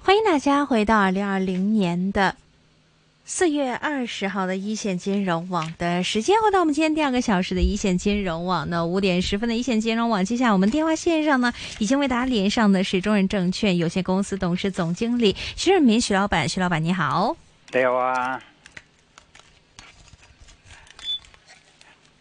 欢迎大家回到二零二零年的四月二十号的一线金融网的时间，回到我们今天第二个小时的一线金融网呢，五点十分的一线金融网。接下来我们电话线上呢，已经为大家连上的是中润证券有限公司董事总经理徐润民徐老板，徐老板你好，你好啊，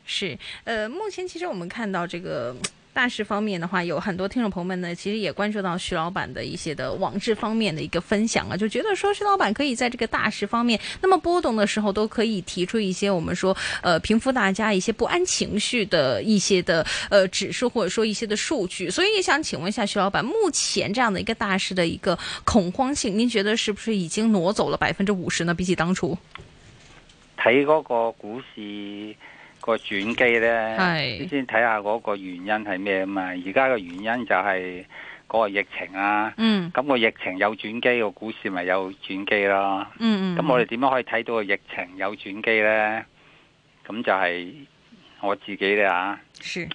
是呃，目前其实我们看到这个。大事方面的话，有很多听众朋友们呢，其实也关注到徐老板的一些的往事方面的一个分享啊，就觉得说徐老板可以在这个大事方面，那么波动的时候都可以提出一些我们说呃平复大家一些不安情绪的一些的呃指数或者说一些的数据，所以也想请问一下徐老板，目前这样的一个大势的一个恐慌性，您觉得是不是已经挪走了百分之五十呢？比起当初，睇嗰個股市個轉機呢，係你先睇下嗰個原因係咩啊嘛。而家嘅原因就係嗰個疫情啊，嗯咁、個疫情有轉機，個股市咪有轉機咯。嗯嗯，咁我哋點樣可以睇到個疫情有轉機呢？咁就係我自己咧啊，是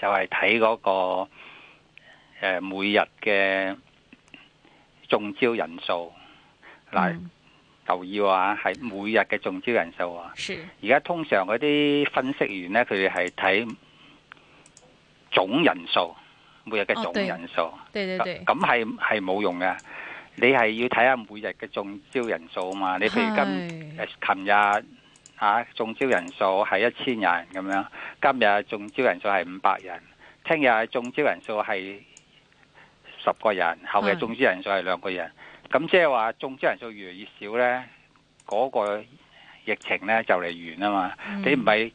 就係睇嗰個呃每日嘅中招人數。嗱、嗯留意啊，係每日嘅中招人數啊。是而家通常嗰啲分析員呢，佢哋係睇總人數，每日嘅哦總對人數。对对对咁，咁係係冇用嘅。你係要睇下每日嘅中招人數啊嘛。你譬如今今誒琴日啊中招人數係一千人咁樣，今日中招人數係五百人，聽日中招人數係十個人，後日係中招人數係兩個人。咁即係話中招人數越嚟越少呢，嗰、個疫情呢就嚟完啊嘛。嗯你唔係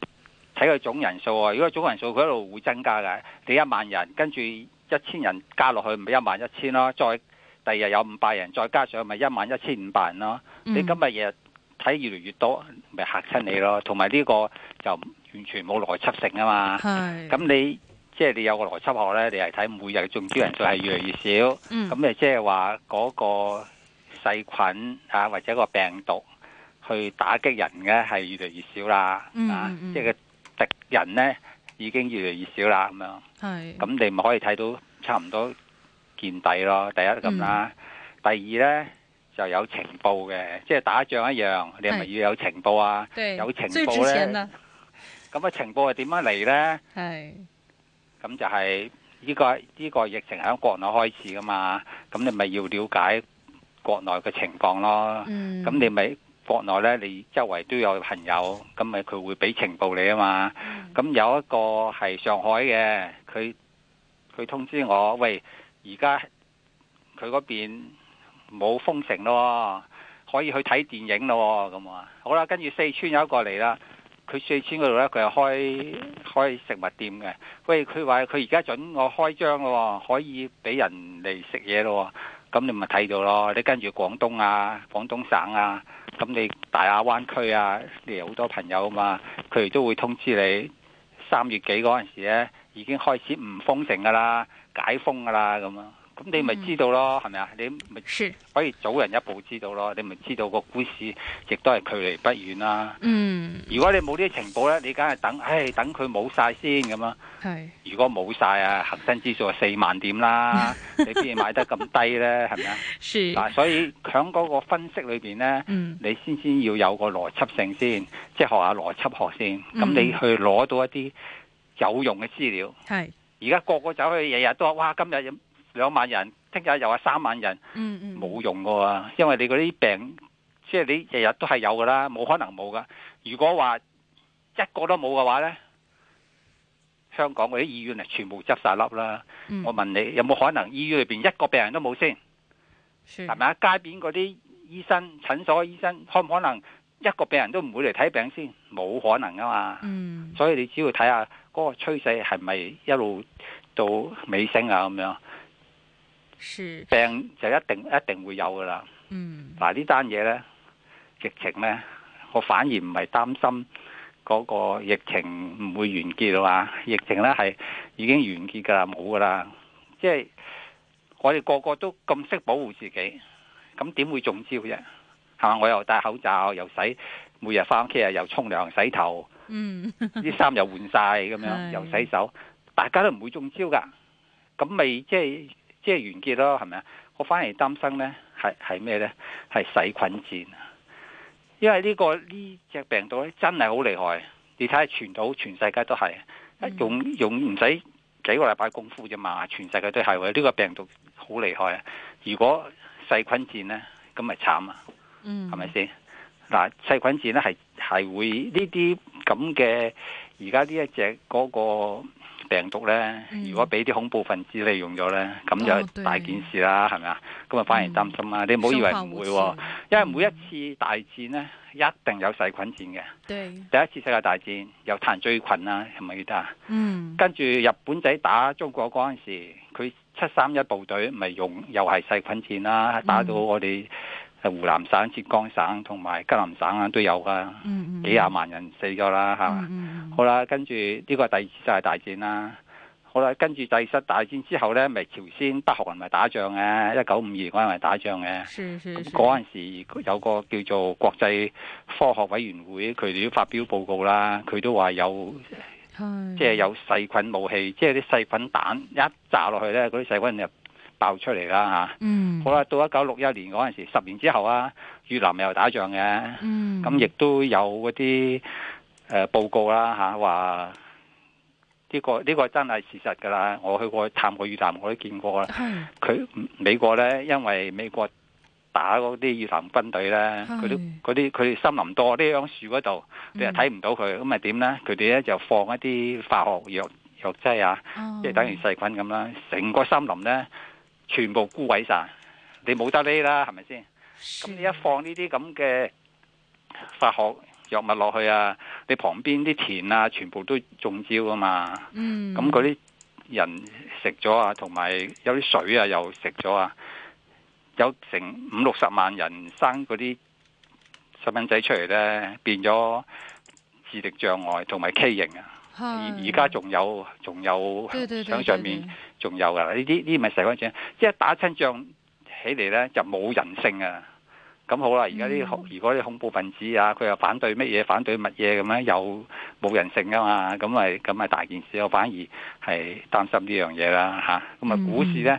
睇佢總人數喎，如果總人數佢一路會增加嘅，你一萬人跟住一千人加落去，咪一萬一千咯，再第二日有五百人，再加上咪一萬一千五百人咯。嗯你今日日睇越嚟越多，咪嚇親你咯。同埋呢個就完全冇邏輯性啊嘛。係咁你即係你有個邏輯學咧，你係睇每日嘅中招人數係越嚟越少，嗯咁你即係話嗰個細菌啊或者個病毒去打擊人嘅係越嚟越少啦。嗯啊嗯嗯，即係個敵人咧已經越嚟越少啦，咁樣。係咁你咪可以睇到差唔多見底咯。第一咁啦，第二呢就有情報嘅，即係打仗一樣，你係咪係要有情報啊？對有情最值報呢錢呢咁啊情報係點樣嚟呢？係咁就係呢、個呢、個疫情喺國內開始噶嘛，咁你咪要了解國內嘅情況咯。嗯咁你咪國內呢，你周圍都有朋友，咁咪佢會俾情報你啊嘛。咁有一個係上海嘅，佢佢通知我，喂，而家佢嗰邊冇封城咯，可以去睇電影咯，咁啊，好啦，跟住四川有一個嚟啦，佢四川嗰度呢，佢係開開食物店嘅，喂，佢話佢而家準我開張咯，可以俾人嚟食嘢咯，咁你咪睇到咯，你跟住廣東啊、廣東省啊，咁你大亞灣區啊，你有好多朋友啊嘛。佢哋都會通知你三月幾嗰陣時咧，已經開始唔封城噶啦，解封噶啦咁啊，咁你咪嗯知道咯，係咪啊？你咪是可以早人一步知道咯，你咪知道個股市亦都係距離不遠啦。嗯如果你冇呢啲情報咧，你梗係等，唉，等佢冇晒先咁啊。係如果冇晒啊，恒生指數係四萬點啦，你邊買得咁低咧？係咪啊？是嗱，所以喺嗰個分析裏邊咧。嗯你先先要有個邏輯性先，即係學下邏輯學先。咁嗯你去攞到一啲有用嘅資料。係而家個個走去日日都話：哇！今日有兩萬人，聽日又話三萬人，嗯嗯冇用噶喎。因為你嗰啲病，即係你日日都係有噶啦，冇可能冇噶。如果話一個都冇嘅話呢，香港嗰啲醫院啊，全部執晒笠啦。嗯我問你，有冇可能醫院裏邊一個病人都冇先？是係咪啊？街邊嗰啲醫生、診所嘅醫生，可唔可能一個病人都唔會嚟睇病先？冇可能噶嘛。嗯所以你只要睇下嗰個趨勢係咪一路到尾聲啊咁樣，是病就一定一定會有噶啦。嗯嗱呢單嘢呢，疫情呢，我反而唔係擔心嗰個疫情唔會完結啊嘛。疫情呢係已經完結㗎啦，冇㗎啦。即係我哋個個都咁識保護自己，咁點會中招啫？係嘛？我又戴口罩，又洗，每日翻屋企啊，又沖涼洗頭，嗯啲衫又換晒咁樣，係又洗手，大家都唔會中招㗎。咁咪即係即係完結咯，係咪啊？我反而擔心呢係係咩呢？係細菌戰，啊因為呢、個呢只病毒咧真係好厲害，你睇下全島全世界都係，嗯一用用唔使幾個禮拜功夫啫嘛，全世界都係喎，呢、個病毒好厲害啊！如果細菌戰呢，咁咪慘啊！嗯，係咪先？嗱，細菌戰咧係係會呢啲咁嘅，而家呢一隻嗰個病毒咧，嗯如果俾啲恐怖分子利用咗咧，咁哦就對嗯大件事啦，係咪啊？咁啊，反而擔心啦。你唔好以為唔會生化喎武器，因為每一次大戰咧，一定有細菌戰嘅。對，第一次世界大戰有炭疽菌啦，係咪記得啊？嗯，跟住日本仔打中國嗰陣時，佢七三一部隊咪用又係細菌戰啦，嗯打到我哋呃湖南省、浙江省同埋吉林省啊都有噶，嗯嗯，幾廿萬人死咗啦，係嘛？嗯，嗯好啦，跟住呢個係第二次世界大戰啦。好啦，跟住第二次大戰之後呢，咪朝鮮、北韓咪打仗嘅，一九五二嗰陣咪打仗嘅。是是咁是，嗰陣時有個叫做國際科學委員會，佢哋都發表報告啦，佢都話有係即嗯係有細菌武器，即係啲細菌彈一炸落去咧，嗰啲細菌就爆出嚟啦嚇。嗯，好啦，到一九六一年嗰陣時，十年之後啊，越南又打仗嘅，嗯，咁亦都有嗰啲誒報告啦嚇，話呢個呢個真係事實㗎啦。我去過探過越南，我都見過啦。係佢美國咧，因為美國打嗰啲越南軍隊咧，佢都係嗰啲佢哋森林多，呢樣樹嗰度你又嗯睇唔到佢，咁咪點咧？佢哋咧就放一啲化學藥藥劑啊，即係等於哦細菌咁啦，成個森林咧全部枯萎晒，你冇得匿啦，係咪先？咁是你一放呢啲咁嘅化學藥物落去啊，你旁邊啲田啊，全部都中招啊嘛。嗯，咁嗰啲人食咗啊，同埋有啲水啊又食咗啊，有成五六十萬人生嗰啲細蚊仔出嚟咧，變咗智力障礙同埋畸形啊！而係而家仲有仲有對對對響上對對面仲有噶啦，呢啲呢啲咪細菌症，即係打親仗起嚟咧就冇人性啊！咁好啦，而家啲嗯恐如果啲恐怖分子啊，佢又反對乜嘢，反對乜嘢咁樣，又冇人性噶嘛，咁咪咁咪大件事，我反而係擔心呢樣嘢啦吓。咁啊嗯，股市咧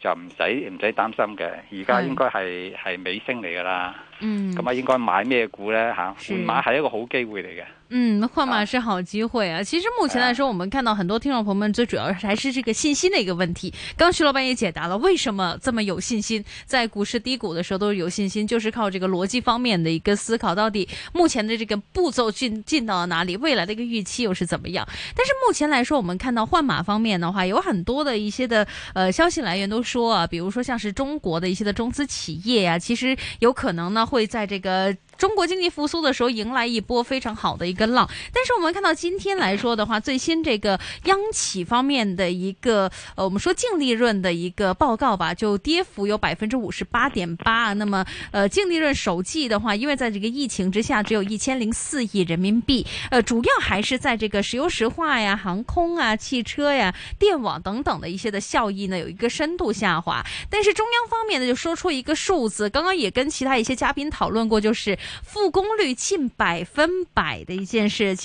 就唔使唔使擔心嘅，而家係應該係係尾聲嚟噶啦。嗯咁啊，應該買咩股咧吓？是換馬係一個好機會嚟嘅。嗯，換馬是好机会啊！其实目前来说，我们看到很多听众朋友们最主要还是这个信心的一个问题。刚徐老板也解答了为什么这么有信心，在股市低谷的时候都是有信心，就是靠这个逻辑方面的一个思考，到底目前的这个步骤进进到了哪里，未来的一个预期又是怎么样。但是目前来说，我们看到换马方面的话，有很多的一些的呃消息来源都说啊，比如说像是中国的一些的中资企业呀、其实有可能呢会在这个中国经济复苏的时候迎来一波非常好的一个浪。但是我们看到今天来说的话，最新这个呃央企方面的一个呃，我们说净利润的一个报告吧，就跌幅有百分之五十八点八。那么呃，净利润首季的话，因为在这个疫情之下，只有一千零四亿人民币，呃，主要还是在这个石油石化呀、航空啊、汽车呀、电网等等的一些的效益呢，有一个深度下滑。但是中央方面呢，就说出一个数字，刚刚也跟其他一些嘉宾讨论过，就是复工率近百分百的一件事情。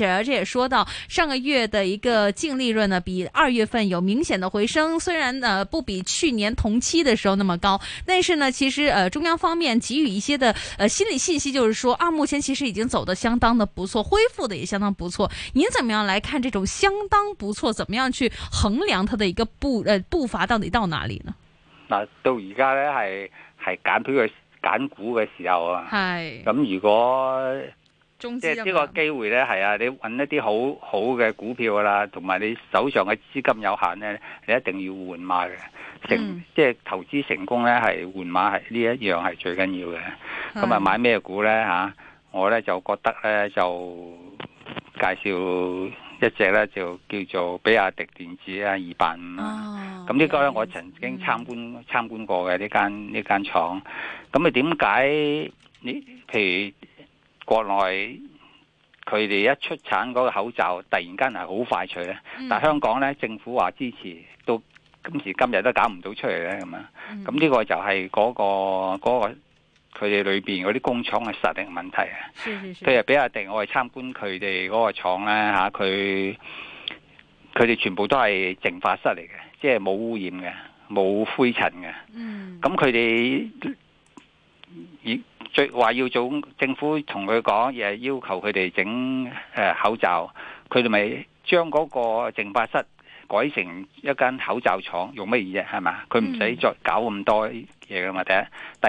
而呃且也说到上个月的一个净利润呢，比二月份有明显的回升，虽然呢不比去年同期的时候那么高，但是呢，其实呃中央方面给予一些的呃心理信息，就是说啊，目前其实已经走的相当的不错，恢复的也相当不错。您怎么样来看这种相当不错？怎么样去衡量它的一个步呃步伐到底到哪里呢？嗱，到而家咧係係揀票嘅揀股嘅時候啊。系咁如果中即資係啊呢嘛個機會呢，係啊，你揾一啲好好嘅股票㗎啦，同埋你手上嘅資金有限呢，你一定要換馬嘅。成、嗯即係投資成功呢，係換馬係呢一樣係最緊要嘅。咁啊，買咩股呢？嚇、我呢就覺得呢，就介紹一隻呢，就叫做比亞迪電子啊，二八五啊。哦咁呢個咧，我曾經參觀參觀過嘅呢間呢間廠。咁啊，點解你譬如國內佢哋一出產嗰個口罩，突然間係好快脆咧？嗯但香港咧，政府話支持，到今時今日都搞唔到出嚟咧咁樣。啊嗯咁呢個就係嗰、個嗰、個佢哋裏邊嗰啲工廠嘅實力問題啊。是是是譬如比亞迪，我係參觀佢哋嗰個廠咧嚇，佢佢哋全部都係淨化室嚟嘅，即係冇污染嘅，冇灰塵嘅。嗯，咁佢哋以最話要做政府同佢講，誒要求佢哋整誒口罩，佢哋咪將嗰個淨化室改成一間口罩廠，用乜嘢啫？係嘛？佢唔使嗯再搞咁多嘢嘅嘛。第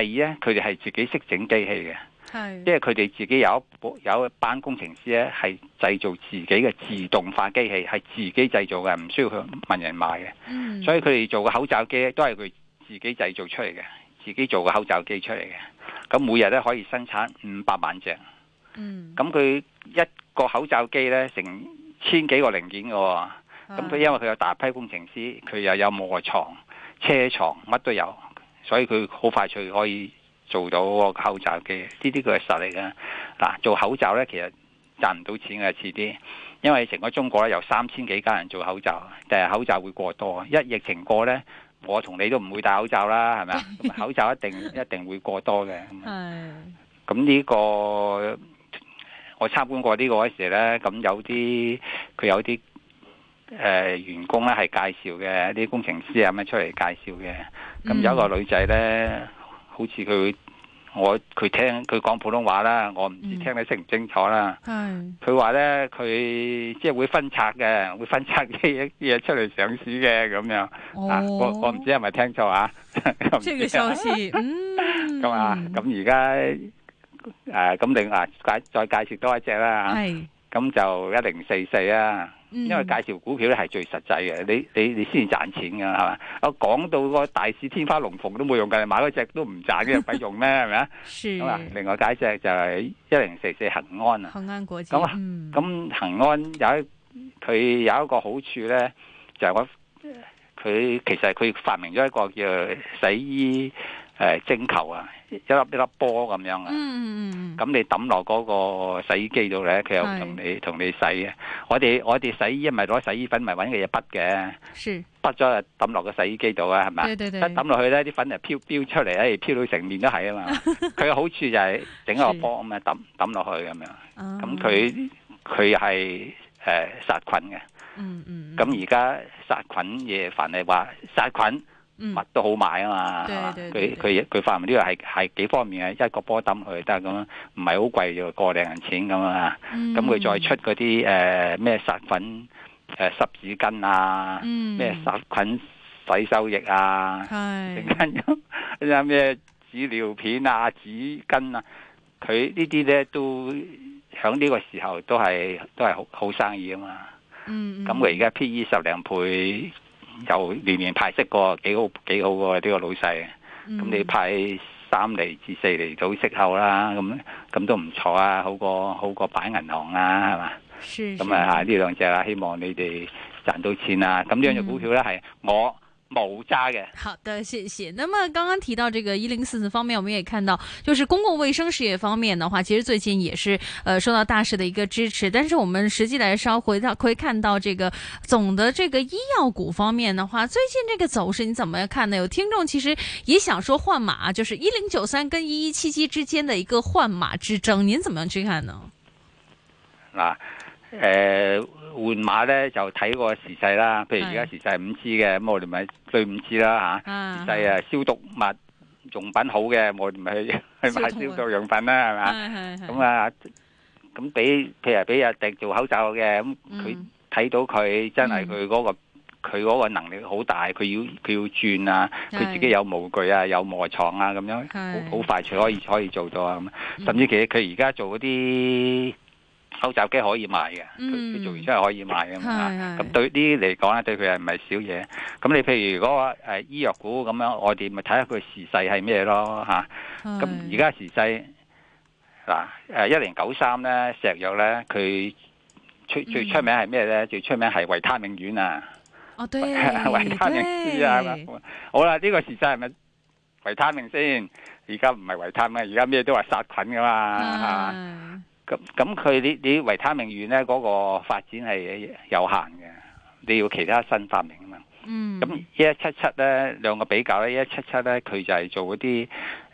一，第二咧，佢哋係自己識整機器嘅，係即係佢哋自己有一部有一班工程師咧係製造自己嘅自動化機器，係自己製造嘅，唔需要去問人買嘅。嗯，所以以佢哋做嘅口罩機咧都係佢自己製造出嚟嘅，自己做嘅口罩機出嚟嘅。咁每日咧可以生產五百萬隻，嗯，咁佢一個口罩機咧成千幾個零件嘅喎。啊咁佢因為佢有大批工程師，佢又有磨床、車床，乜都有，所以佢好快脆可以做到個口罩機。呢啲佢係實力嘅。嗱，做口罩咧其實賺唔到錢嘅，遲啲，因為成個中國咧有三千幾家人做口罩，但係口罩會過多。一疫情過咧，我同你都唔會戴口罩啦，係咪啊？咁口罩一定一定會過多嘅。咁啊係咁呢、個我參觀過呢個嗰時咧，咁有啲佢有啲誒、呃、員工咧係介紹嘅，啲工程師啊咁樣出嚟介紹嘅。嗯咁有一個女仔咧，好似佢我佢聽佢講普通話啦，我唔知嗯聽得清唔清楚啦。係佢話咧，佢即係會分拆嘅， 會分拆啲嘢出嚟上市嘅咁樣。啊，我我唔知係咪聽錯啊？ 我唔哦即係知啊消息， 嗯，咁啊，咁而家誒咁另外介再介紹多一隻啦係，嗯嚇，咁就一零四四啊，因因為介紹股票咧係最實際嘅，你你你先至賺錢㗎係嘛？我講到個大市天花龍鳳都冇用㗎，你買嗰只都唔 賺嘅，有鬼用咩係咪啊？是咁啊，另外解隻就係一零四四恒安啊，恒安國際，咁啊嗯咁恒安有一佢有一個好處咧，就係、我佢其實佢發明咗一個叫洗衣誒、呃蒸球啊，一粒一粒波咁樣啊。嗯嗯嗯咁你抌落嗰個洗衣機度咧，佢又係同你同你洗嘅。我哋我哋洗衣咪攞洗衣粉咪揾嘅嘢筆嘅，嗯，是，筆咗就抌落個洗衣機度啊，係咪啊？對對對，一抌落去咧，啲粉就飄飄出嚟咧，飄到成面都係啊 嘛。佢嘅好處就係整一個波咁啊，抌抌落去咁樣。咁咁，佢佢係誒殺菌嘅。嗯嗯，咁而家殺菌嘢，凡係話殺菌嗯乜都好買啊嘛，對係嘛對對佢佢佢發明呢個係係幾方面嘅，一個波抌佢得咁樣，唔係好貴就個零銀錢咁啊。嗯咁佢再出嗰啲誒咩殺菌誒濕紙巾啊，咩咩殺菌洗手液啊，嗯係突然間有有咩紙尿片啊、紙巾啊，佢呢啲咧都喺呢個時候都係都係好好生意啊嘛。嗯，嗯咁佢而家 P E 十零倍，又年年派息過，幾好幾好喎呢個老細。嗯咁你派三厘至四厘到息口啦，咁咁都唔錯啊，好過好過擺銀行啊，係嘛？嗯是咁啊，呢兩隻啦，希望你哋賺到錢啦。咁呢兩隻股票嗯咧係我冇揸嘅。好的，谢谢。那么刚刚提到这个一零四四方面，我们也看到，就是公共卫生事业方面的话，其实最近也是呃受到大势的一个支持。但是我们实际来稍回到会看到这个总的这个医药股方面的话，最近这个走势你怎么看呢？有听众其实也想说换马，就是一零九三跟一一七七之间的一个换马之争，您怎么样去看呢？嗱，嗯誒、換馬咧就睇個時勢啦。譬如而家係時勢係五 G 嘅，咁我哋咪追五 G 啦嚇。啊時勢啊，消毒物用品好嘅，我哋咪去 去買消毒啊消毒用品啦，係嘛？哎咁，啊，咁俾譬如俾阿迪做口罩嘅，咁哎佢嗯睇到佢真係佢嗯嗰個。佢嗰個能力好大，佢要佢要轉啊，佢自己係有模具啊，有磨床啊，咁樣係嗯好好快脆可以可以做到啊咁。甚至其實佢而家做嗰啲口罩機可以賣嘅，佢嗯佢做完之後可以賣嘅啊嘛係係。咁對呢啲嚟講咧，對佢係唔係少嘢？咁你譬如如果誒醫藥股咁樣，我哋咪睇下佢時勢係咩咯嚇。哎咁而家時勢嗱誒一零九三咧石藥咧，佢最最嗯出名係咩咧？最出名係維他命丸啊，哦對 維他命 C 啊對嘛。好啦，呢個時勢係咪維他命先？而家唔係維他命，而家咩都話殺菌噶嘛，係嘛？哎咁咁佢你你維他命丸咧嗰個發展係有限嘅，你要其他新發明啊嘛。嗯，咁一七七咧兩個比較咧，一七七咧佢就係做嗰啲誒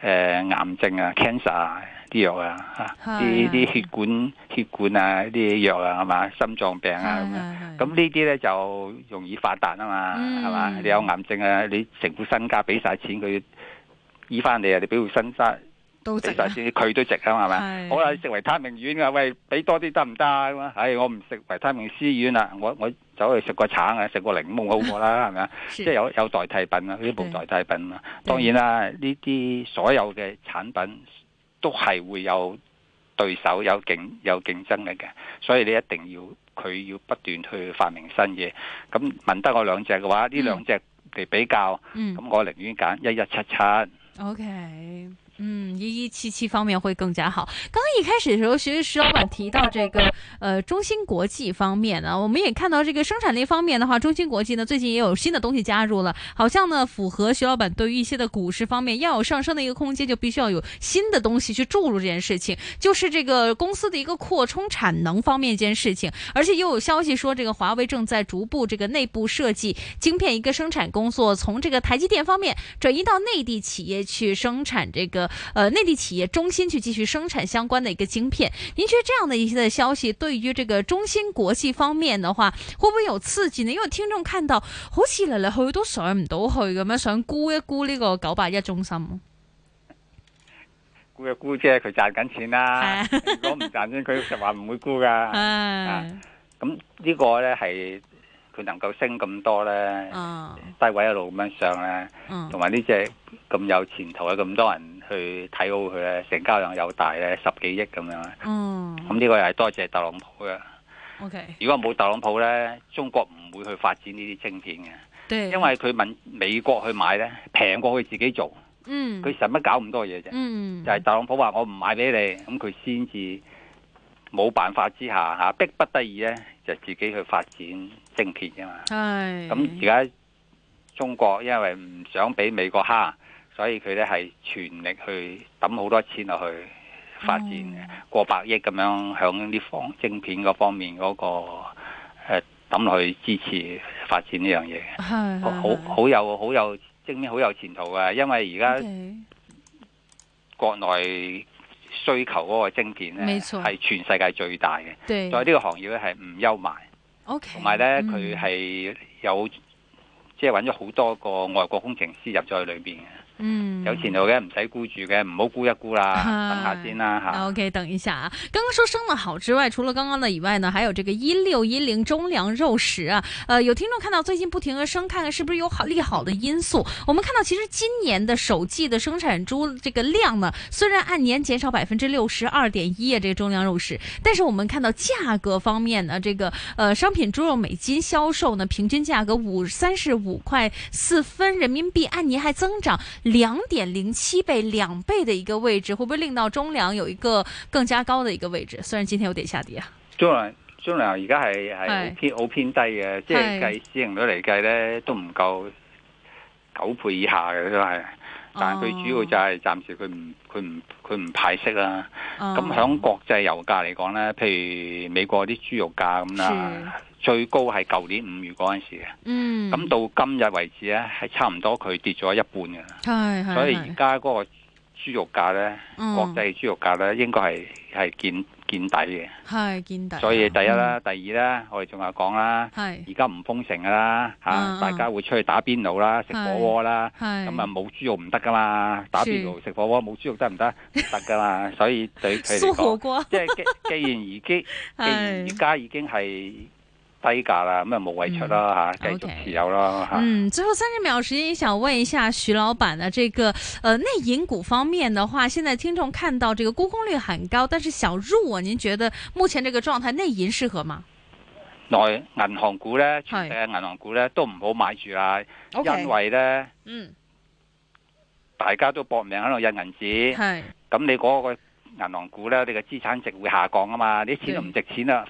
癌症啊、cancer 啊啲藥啊，係啊啲係啲血管血管啊啲藥啊，係嘛，心臟病啊咁樣。係咁呢啲咧就容易發達啊嘛，嗯係嘛？你有癌症啊，你成副身家俾晒錢佢醫翻你啊，你俾佢身家都值俾啊晒錢，佢都值啊，係咪？係好啦，你食維他命丸啊，喂，俾多啲得唔得啊？咁啊，唉，我唔食維他命 C 丸啦，我我走去食個橙啊，食個檸檬好過 啦，係咪啊？是即係有有代替品啊，呢冇代替品啊。當然啦，呢啲所有嘅產品都係會有對手有競有競爭力嘅，所以你一定要佢要不斷去發明新嘢。咁問得我兩隻嘅話，呢嗯兩隻嚟比較，嗯咁我寧願揀一一七七。 OK，嗯，一一七七方面会更加好。刚刚一开始的时候，其实石老板提到这个呃中芯国际方面呢，我们也看到这个生产力方面的话，中芯国际呢最近也有新的东西加入了，好像呢符合徐老板对于一些的股市方面要有上升的一个空间，就必须要有新的东西去注入这件事情，就是这个公司的一个扩充产能方面一件事情，而且又有消息说这个华为正在逐步这个内部设计晶片一个生产工作，从这个台积电方面转移到内地企业去生产这个呃内地企业中心去继续生产相关的一个晶片。您觉得这样的一些的消息对于这个中芯国际方面的话，會唔會有刺激呢？因為聽眾看到好似嚟嚟去去都上唔到去咁樣，想估一估呢個九八一中心。估一估啫，佢賺緊錢啦。 如果唔賺錢，佢就話唔會估噶。啊唉，咁呢個呢，係佢能夠升咁多呢， 啊，低位一路咁樣上呢。嗯同埋呢只咁有前途嘅咁多人去睇好佢咧，成交量又大咧，十幾億咁樣。嗯咁呢個又係多謝特朗普嘅。 ，OK，如果冇特朗普咧，中國唔會去發展呢啲晶片嘅，對，因為佢問美國去買咧，平過佢自己做，嗯，佢使乜搞咁多嘢啫？嗯就係特朗普話我唔買俾你，咁佢先至冇辦法之下嚇，逼不得已咧就自己去發展晶片啫嘛。係咁而家中國因為唔想俾美國蝦，所以佢咧係全力去抌好多錢落去發展嗯嘅，哦過百億咁樣響呢方晶片嗰方面嗰、個誒抌落去支持發展呢樣嘢嘅，係好好好有好有晶片好有前途嘅，因為而家國內需求嗰個晶片沒咧錯嗯係全世界最大嘅，對所以呢個行業咧係唔憂賣。 ，OK，嗯同埋咧，佢係有即係揾咗好多個外國工程師入咗去裏邊嘅，嗯啊有前途嘅唔使估住嘅，唔好估一 估啦，係等下先啦嚇。 OK，等一下啊！刚刚说生的好之外，除了刚刚的以外呢，还有这个一六一零中粮肉食啊。呃，有听众看到最近不停的升，看看是不是有好利好的因素。我们看到其实今年的首季的生产猪这个量呢，虽然按年减少百分之六十二点一啊，这个中粮肉食，但是我们看到价格方面呢，这个呃商品猪肉每斤销售呢，平均价格五三十五块四分人民币，按年还增长两点零七倍，两倍的一个位置，会不会令到中粮有一个更加高的一个位置？虽然今天有点下跌啊，中糧中糧而家係係好係偏好偏低嘅，即係計市盈率嚟計咧都唔夠九倍以下嘅都係，但係佢主要就係暫時佢唔佢唔佢唔派息啦。哦咁響國際油價嚟講咧，譬如美國啲豬肉價咁啦，最高係舊年五月嗰陣時嘅。嗯，咁到今日為止咧，係差唔多佢跌咗一半嘅啦，係係嗯所以而家嗰個豬肉價咧，國際豬肉價咧，應該係係見見底嘅。係嗯見底，啊嗯所以第一啦，第二啦，我哋仲有講啦，係而家唔封城噶啦，嚇、嗯嗯大家會出去打邊爐啦，食火鍋啦，係咁啊冇豬肉唔得噶嘛，打邊爐食火鍋冇豬肉得唔得？唔得噶嘛，所以對佢蘇嚟火講，鍋即係既既然已 經。既然而係。家已經係低價啦，咁啊冇謂出啦嚇，嗯繼 OK 續持有啦嚇。嗯，最后三十秒时间，也想问一下徐老板呢，这个呃内银股方面的话，现在听众看到这个沽空率很高，但是想入啊，您觉得目前这个状态内银适合吗內銀行股咧，全係世界銀行股咧都唔好買住啦，因為咧嗯，大家都搏命喺度印銀紙，系咁你嗰個銀行股咧，你嘅資產值會下降啊嘛，你啲錢都唔值錢啦，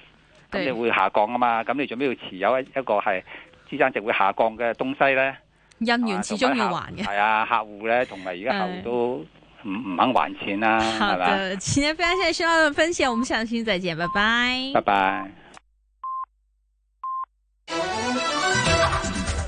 咁對你會下降啊嘛，咁你做咩要持有一一個係資產值會下降嘅東西咧？印完始終要還嘅。係啊，客戶咧同埋而家客係戶都唔唔肯還 錢啦，好係嘛？啊的，今天非常谢谢徐老板分析，我们下期再见，拜拜拜拜。